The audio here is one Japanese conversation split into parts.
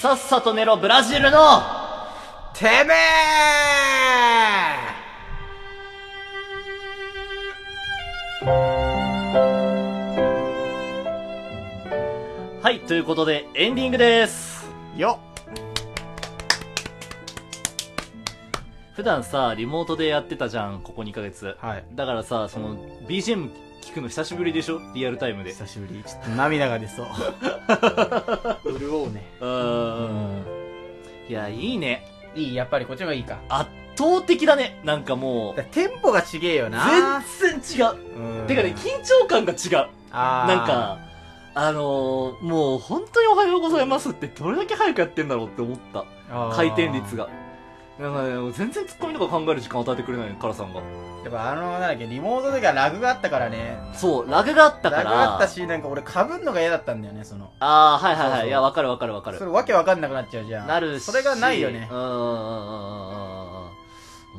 さっさと寝ろ、ブラジルのてめはい、ということで、エンディングです。えよ普段さ、リモートでやってたじゃん、ここ2ヶ月。はい。だからさ、その、BGM 聞くの久しぶりでしょリアルタイムで。久しぶり。ちょっと涙が出そう。 潤うね。ううーん。ん。いや、いいね。いい、やっぱりこっちの方がいいか。圧倒的だね。なんかもう、テンポがちげえよな。全然違う。うんてかね、緊張感が違う。あーなんか、あのー、もう本当におはようございますってどれだけ早くやってんだろうって思った。あー回転率が。なんかね、もう全然ツッコミとか考える時間与えてくれないの、カラさんが。やっぱあの、なんだっけ、リモートでがラグがあったからね。そう、ラグがあったから。ラグがあったし、なんか俺被んのが嫌だったんだよね、その。ああ、はいはいはい。そうそういや、わかるわかるわかるそ。れわけわかんなくなっちゃうじゃん。なるし。それがないよねう。んうんうんうんうんうん。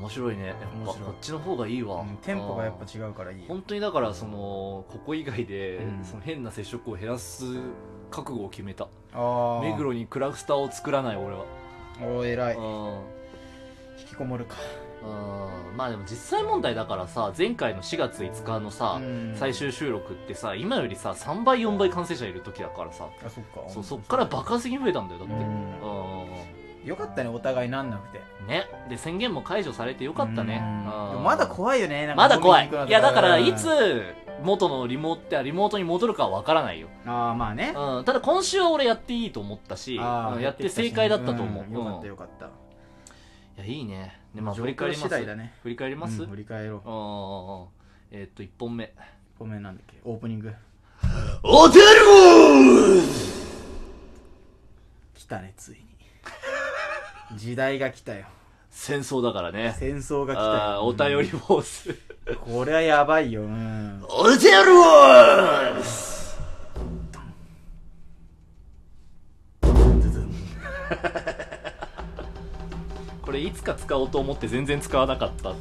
面白いね。やっぱ面こ白いっちの方がいいわうん。テンポがやっぱ違うからいいよ。本当にだからそのここ以外で、うんその変な接触を減らす覚悟を決めたああ。目黒にクラスターを作らない俺は、おー、偉い。うん引きこもるか。うんまあでも実際問題だからさ前回の4月5日のさ、うん最。終収録ってさ今よりさ3倍4倍感染者いる時だからさ、あ、そっか。そうそっから爆発的に増えたんだよだって、うんうんよかったね、お互いなんなくて。よねで宣言も解除されてよかったね、うんまだ怖いよね、なんかまだ怖飲いみに行くのといやだからいつ元のリモートリモートに戻るかはわからないよああ、まあね。うん、ただ今週は俺やっていいと思ったし、あうーんやって正解だったと思う。んよかっうんたいよかった。や、いいね。で、まあ、状振り返況ります。次第だね。振り返ります、うん振り返ろう。あえーっと、1本目。ごめんなんだっけ、オープニング。おてる来たね、 ついに。時代が来たよ。戦争だからね。戦争が来たあーよ。お便りボース。り。これはやばいよ。うん。 おてるボースこれいつか使おうと思って全然使わなかった。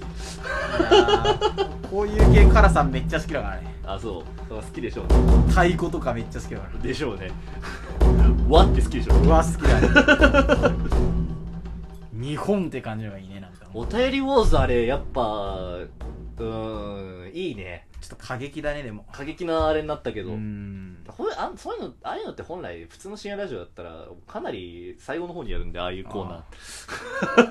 こういう系カラさんめっちゃ好きだからね。あ、そう。好きでしょうね。太鼓とかめっちゃ好きだから。でしょうね。 わって好きでしょ。うわ、好きだ ね。日本って感じのがいいね、なんか。ちょお便りウォーズあれ、やっぱ、うーん、いいね。っと過激だね、でも。過激なあれになったけうど。ん。ほいあそういうの、ああいうのって本来、普通の深夜ラジオだったら、かなり最後の方にやるんで、ああいうコーナー。あ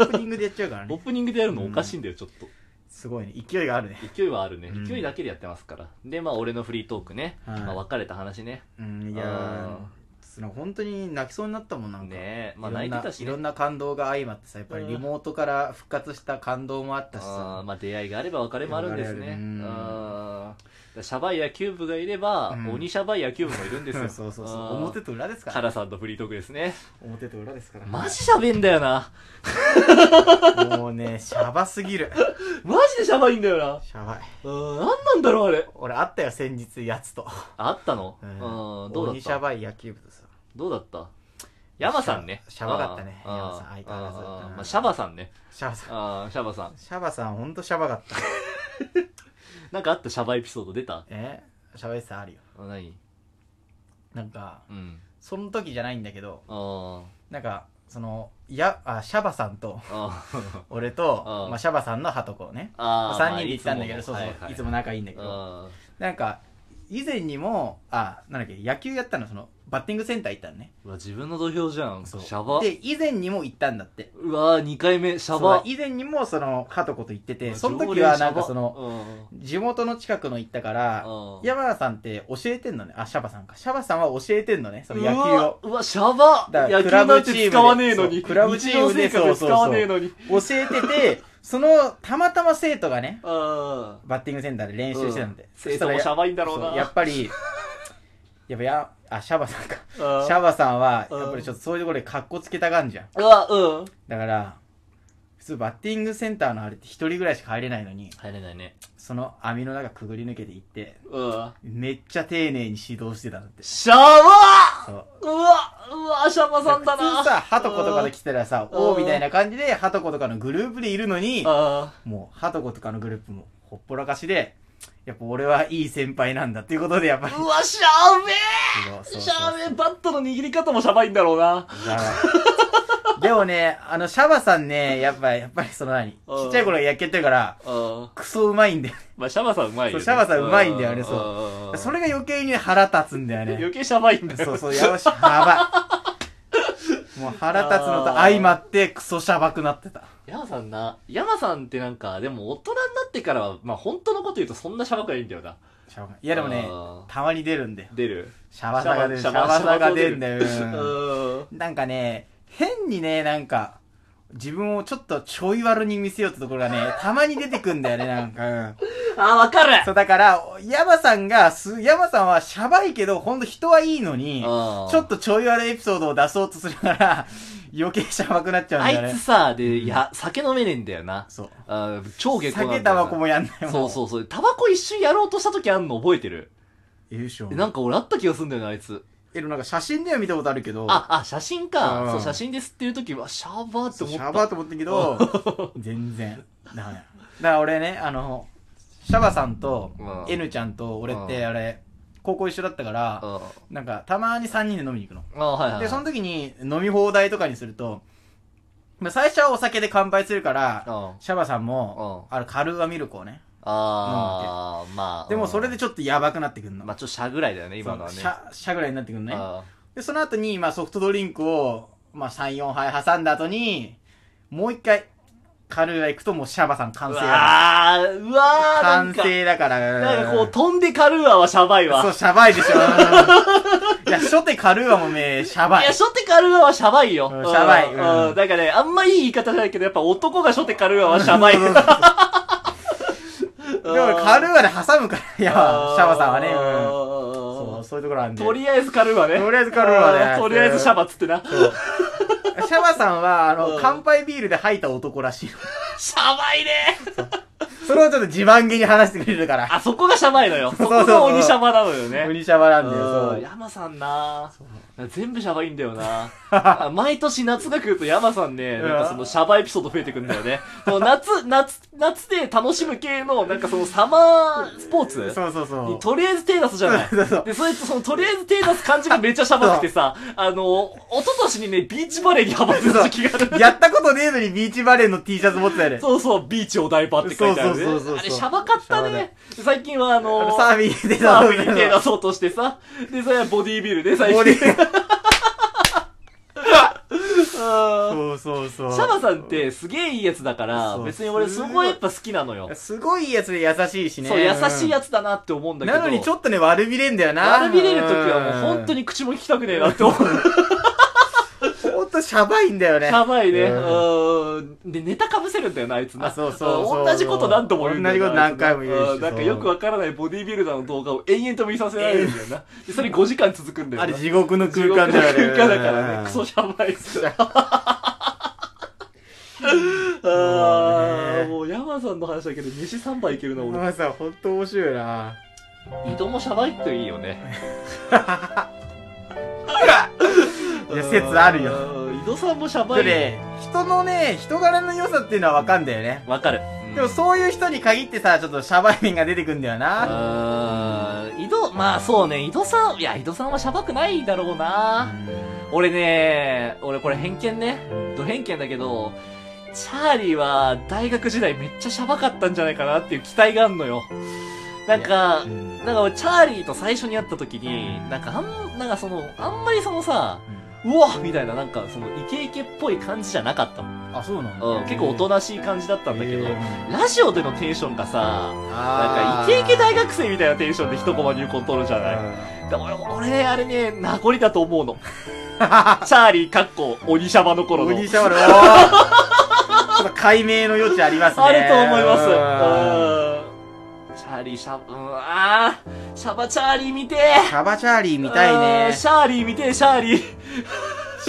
オープニングでやっちゃうからオーね。プニングでやるのおかしいんだよ、ちょっと。すごいね。勢いがあるね。勢いはあるねう。ん勢いだけでやってますから。で、まあ、俺のフリートークね。はいまあ、別れた話ね。うん、いやあー。その本当に泣きそうになったもんなんか。ねえ。まあ、いろ泣いんなてたしいろんね。な感動が相まってさやっぱりリモートから復活した感動もあったしあさーまあ、出会いがあれば別れもあるんですね。ううんん。だからシャバい野球部がいれば、うん。鬼シャバい野球部もいるんですよ そうそうそうあー表と裏ですかカらラさんとフリートークですね。表と裏ですからマジ喋んだよな。もうねシャバす ぎるマジで喋いんだよな。シャバいうん、なんなんだろう、あれ。俺あったよ先日やつとあったのう、うんどうだ鬼っシャたバい野球部とさどうだったヤマさんね。シャシャバかったねあーヤマさん相変わらずあーうんまあシャバさんね。シャバさんあーシャバさん。シャバさんほんとシャバかったなんかあったシャバエピソード出たえシャバいさあるよあ何なんかうん。その時じゃないんだけどあなんかそのやあシャバさ んとーあ ー。俺とあーまあ、シャバさんのハトコねあ3人で行ったんだけど、そうそう、はいはつも仲いいんだけど、あなんか、以前にも、あ、なんだっけ、野球やったの、その、バッティングセンター行ったのね。ーうわ、自分の土俵じゃん。シそうャバ。で、以前にも行ったんだって。うわー、2回目、シャそうバだ。以前にも、その、ハトコと行ってうて、わその時常連は、なんシャかバその、地元の近くの行ったかうら、んうん山田さんって教えてんのね。あ、シャバさんか。シャバさんは教えてんのね、その野う球わを。うわ、シャバだから野球クラなブんチームてで使わねえのに。そうクラブチームで日常生活使わねえのに。教えてて、その、たまたま生徒がね、あバッティングセンターで練習してたんで。うんそしたら生徒もシャバいんだろうなそやっぱり、やっぱや、あ、シャバさんか。あ。ああシャバさんは、うんやっぱりちょっとそういうところで格好つけたがんじゃん。うわ、うん。だから、普通バッティングセンターのあれって一人ぐらいしか入れないのに、入れないね。その網の中くぐり抜けていって、うん。めっちゃ丁寧に指導してたんだって。シャバそう。ーうわ、うわ、シャバさん普だな。通さ、ハトコとかで来たらさ、うんおーみたいな感じで、ハトコとかのグループでいるのに、あもう、ハトコとかのグループもほっぽらかしで、やっぱ俺はいい先輩なんだっていうことで、やっぱり。うわ、しゃべそうそえうしそうゃべえバットの握り方もしゃばいんだろうな。やばいでもね、あの、シャバさんね、やっぱ、やっぱりその何ちうんっちゃい頃野球やってるから、うん。クソうまいんだよ。まあ、シャバさんうまいよ、ね。そうシャバさんうまいんだよねそううそれ、れが余計に腹立つんだよね。余計しゃばいんだよ。そうそう、やばし、やばい。もう腹立つのと相まって、クソシャバくなってた。山さんな、山さんってなんか、でも大人になってからは、まあ本当のこと言うとそんなしゃばくないんだよな。シャバいやでもねあ、ーたまに出るんだよ。出る。シャバさが出る。シシャャババさが出るんだよ。うん。なんかね、変にね、なんか、自分をちょっとちょい悪に見せようってところがね、たまに出てくんだよね、なんか。うんあー、わかるそう、だから、ヤマさんが、す、ヤマさんはシャバいけど、ほんと人はいいのに、ちちょっとちょい悪いエピソードを出そうとするから、余計シャバくなっちゃうんあだよいねつ。さ、で、いや、酒飲めねえんだよな。そう。あー超下戸なんだよ酒なタバコもやんないもん。そうそうそう。タバコ一瞬やろうとした時あんの覚えてる。う。優勝で。なんか俺あった気がすんだよね、あいつ。え、でもなんか写真では見たことあるけど、あ、あ、写真かう。んそう、写真で吸ってる時は、シャーバーってそう思シった。ャバと思ってんけど、 全然。だから、だから俺ね、あの、シャバさんとうん、 N ちゃんと俺っうて、んあれ、高校一緒だったから、うん。なんか、たまに3人で飲みに行くの。ああ、はいはい。で、その時に飲み放題とかにすると、まあ、最初はお酒で乾杯するから、うん。シャバさんも、あの、カルーアミルクをね。あー、まあ。でもそれでちちょっとやばくなってくんの。まあちょっとシャぐらいだよね、今のはね。シャ、シャぐらいになってくんのね。あで、その後に、まあソフトドリンクを、まあ3、4杯挟んだ後に、もう一回、カルーア行くともうシャバさんー完う成だ。わー、うわー、なんか、完成だから。なんかこう、飛んでカルーアはシャバいわ。そう、シャバいでしょ。いや、初手カルーアもね、シャバいいや、。初手カルーアはシャバいよ。うんシャバいうん。うんなんかね、あんまいい言い方じゃないけど、やっぱ男が初手カルーアはシャバい。 そうそうそうでもカルーアで挟むから、いや、シャバさんはね。うんそう、ね。そういうところあるんで。とりあえずカルーアね。とりあえずカルーアねあーとりあえずシャバっつってな。そうシャバさんは、あの、うん乾杯ビールで吐いた男らしい。シャバいね。それをちょっと自慢げに話してくれるから。あそこがシャバいのよ。そ そうこそうそうが鬼シャバなのよね。鬼シャバなんだうんよ、そう。山さんな全部シャバいんだよ なあ毎年夏が来ると山さんね、なんかそのシャバエピソード増えてくんだよ ね。その夏、夏、夏で楽しむ系の、なんかそのサマースポーツそうそうそう。にとりあえず手出すじゃない。そうそうで、それとそのとりあえず手出す感じがめっちゃシャバくてさ、あの、一昨年にね、ビーチバレーにハマってた時があるんだよ。やったことねえのにビーチバレーの T シャツ持ってたよね。そうそう、ビーチお台場って書いてあるね。そうそうそうそうそうあれ、シャバかったシャバだね。最近はああののサーフィンでサーフそうィそンうに手出そうとしてさ。で、それはボディービルで、最ボ近。ディうんそうそうそう。シャバさんってすげえいいやつだから、そう別に俺そこはやっぱ好きなのよ。すごいやつで優しいしね。そう、優しいやつつだなって思うんだけど。なのにちょっとね、悪びれんだよな。悪びれる時はもう本当に。に口も聞きたくねえなって思う。ほんとシャバいんだよ ね。やばいね。ううんん。で、ネタかぶせるんだよな、あいつな。あそうそうそうん同じこと何度も言うんだよな。同じこと何回も言うしんなんかそうよくわからないボディービルダーの動画を延々と見させられるんだよな。でそれ5時間続くんだよあな。れ地獄の空間だよね。空間だからね。クソシャバいっす。あもうねーもう山さんの話だけど、飯3杯いけるな、俺。まあさ、ほんと面白いな。井戸もシャバいっていいよね。 いや、説あるよ。よ。井戸さんもシャバでいよ。ね、人のね、人柄の良さっていうのはわかんだよね。わかる。でもそういう人に限ってさ、ちょっとシャバい面が出てくんだよな。うーん井戸、まあそうね、井戸さん、いや、井戸さんはシャバくないだろうな。う俺ね、俺これ偏見ね。ド偏見だけど、チャーリーは大学時代めっちゃシャバかったんじゃないかなっていう期待があんのよ。なんか、んなんか俺チャーリーと最初に会った時に、なんかあん、なんかその、あんまりそのさ、うわみたいな、なんかそのイケイケっぽい感じじゃなかったの。あ、そうなうん、結構おとなしい感じだったんだけど、へラジオでのテンションがさ、なんあかイーケイケ大学生みたいなテンションで一コマ入魂取るじゃない。で俺、俺ね、あれね、名残だと 思うの。チャーリーかっこ鬼シャバの頃うんの。ウニシャワル、おーちょっと解明の余地ありますね。あると思います。ううんんチャーリーシャバ、うん、あー、シャバチャーリー見てシえャバチャーリー見たいうんね。シャーリー見てえシャーリー。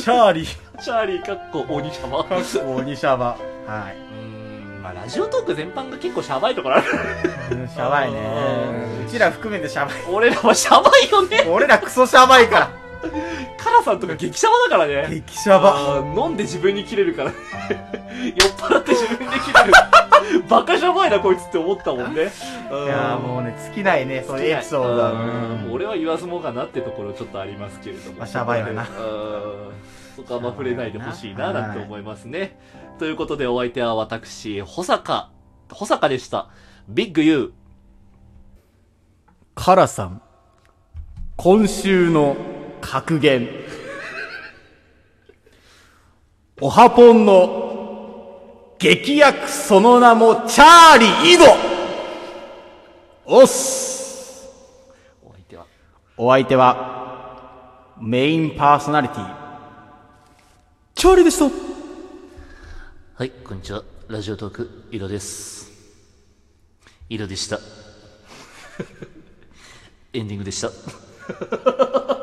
シャーリー。チャーリーかっこ鬼シャバ。うウニシャバ。はい。ーん、まあラジオトーク全般が結構シャバいところある。うんシャバいね。うちら含めてシャバい。俺らはシャバいよね。俺らクソシャバいから。カラさんとか激シャバだからね。激シャバ。あー飲んで自分に切れるから。 酔っ払って自分で切れる。 バカシャバいな、こいつって思ったもんいね。やーもうね、尽きないね、そ好のきなエピソードは。うんもううん俺は言わずもがなってところちょっとありますけれども。まあシャバいわなうんそこはあんま触れないでほしいな、なんて思いますね。ということでお相手は私、保坂、保坂でした。ビッグユカラさん、今週の格言。 おはぽんの劇薬その名もチャーリー井戸おっすー。お相手は。お相手は、メインパーソナリティ、チャーリーでしたはい、こんにちは。ラジオトーク、井戸です。 井戸でした。エンディングでした。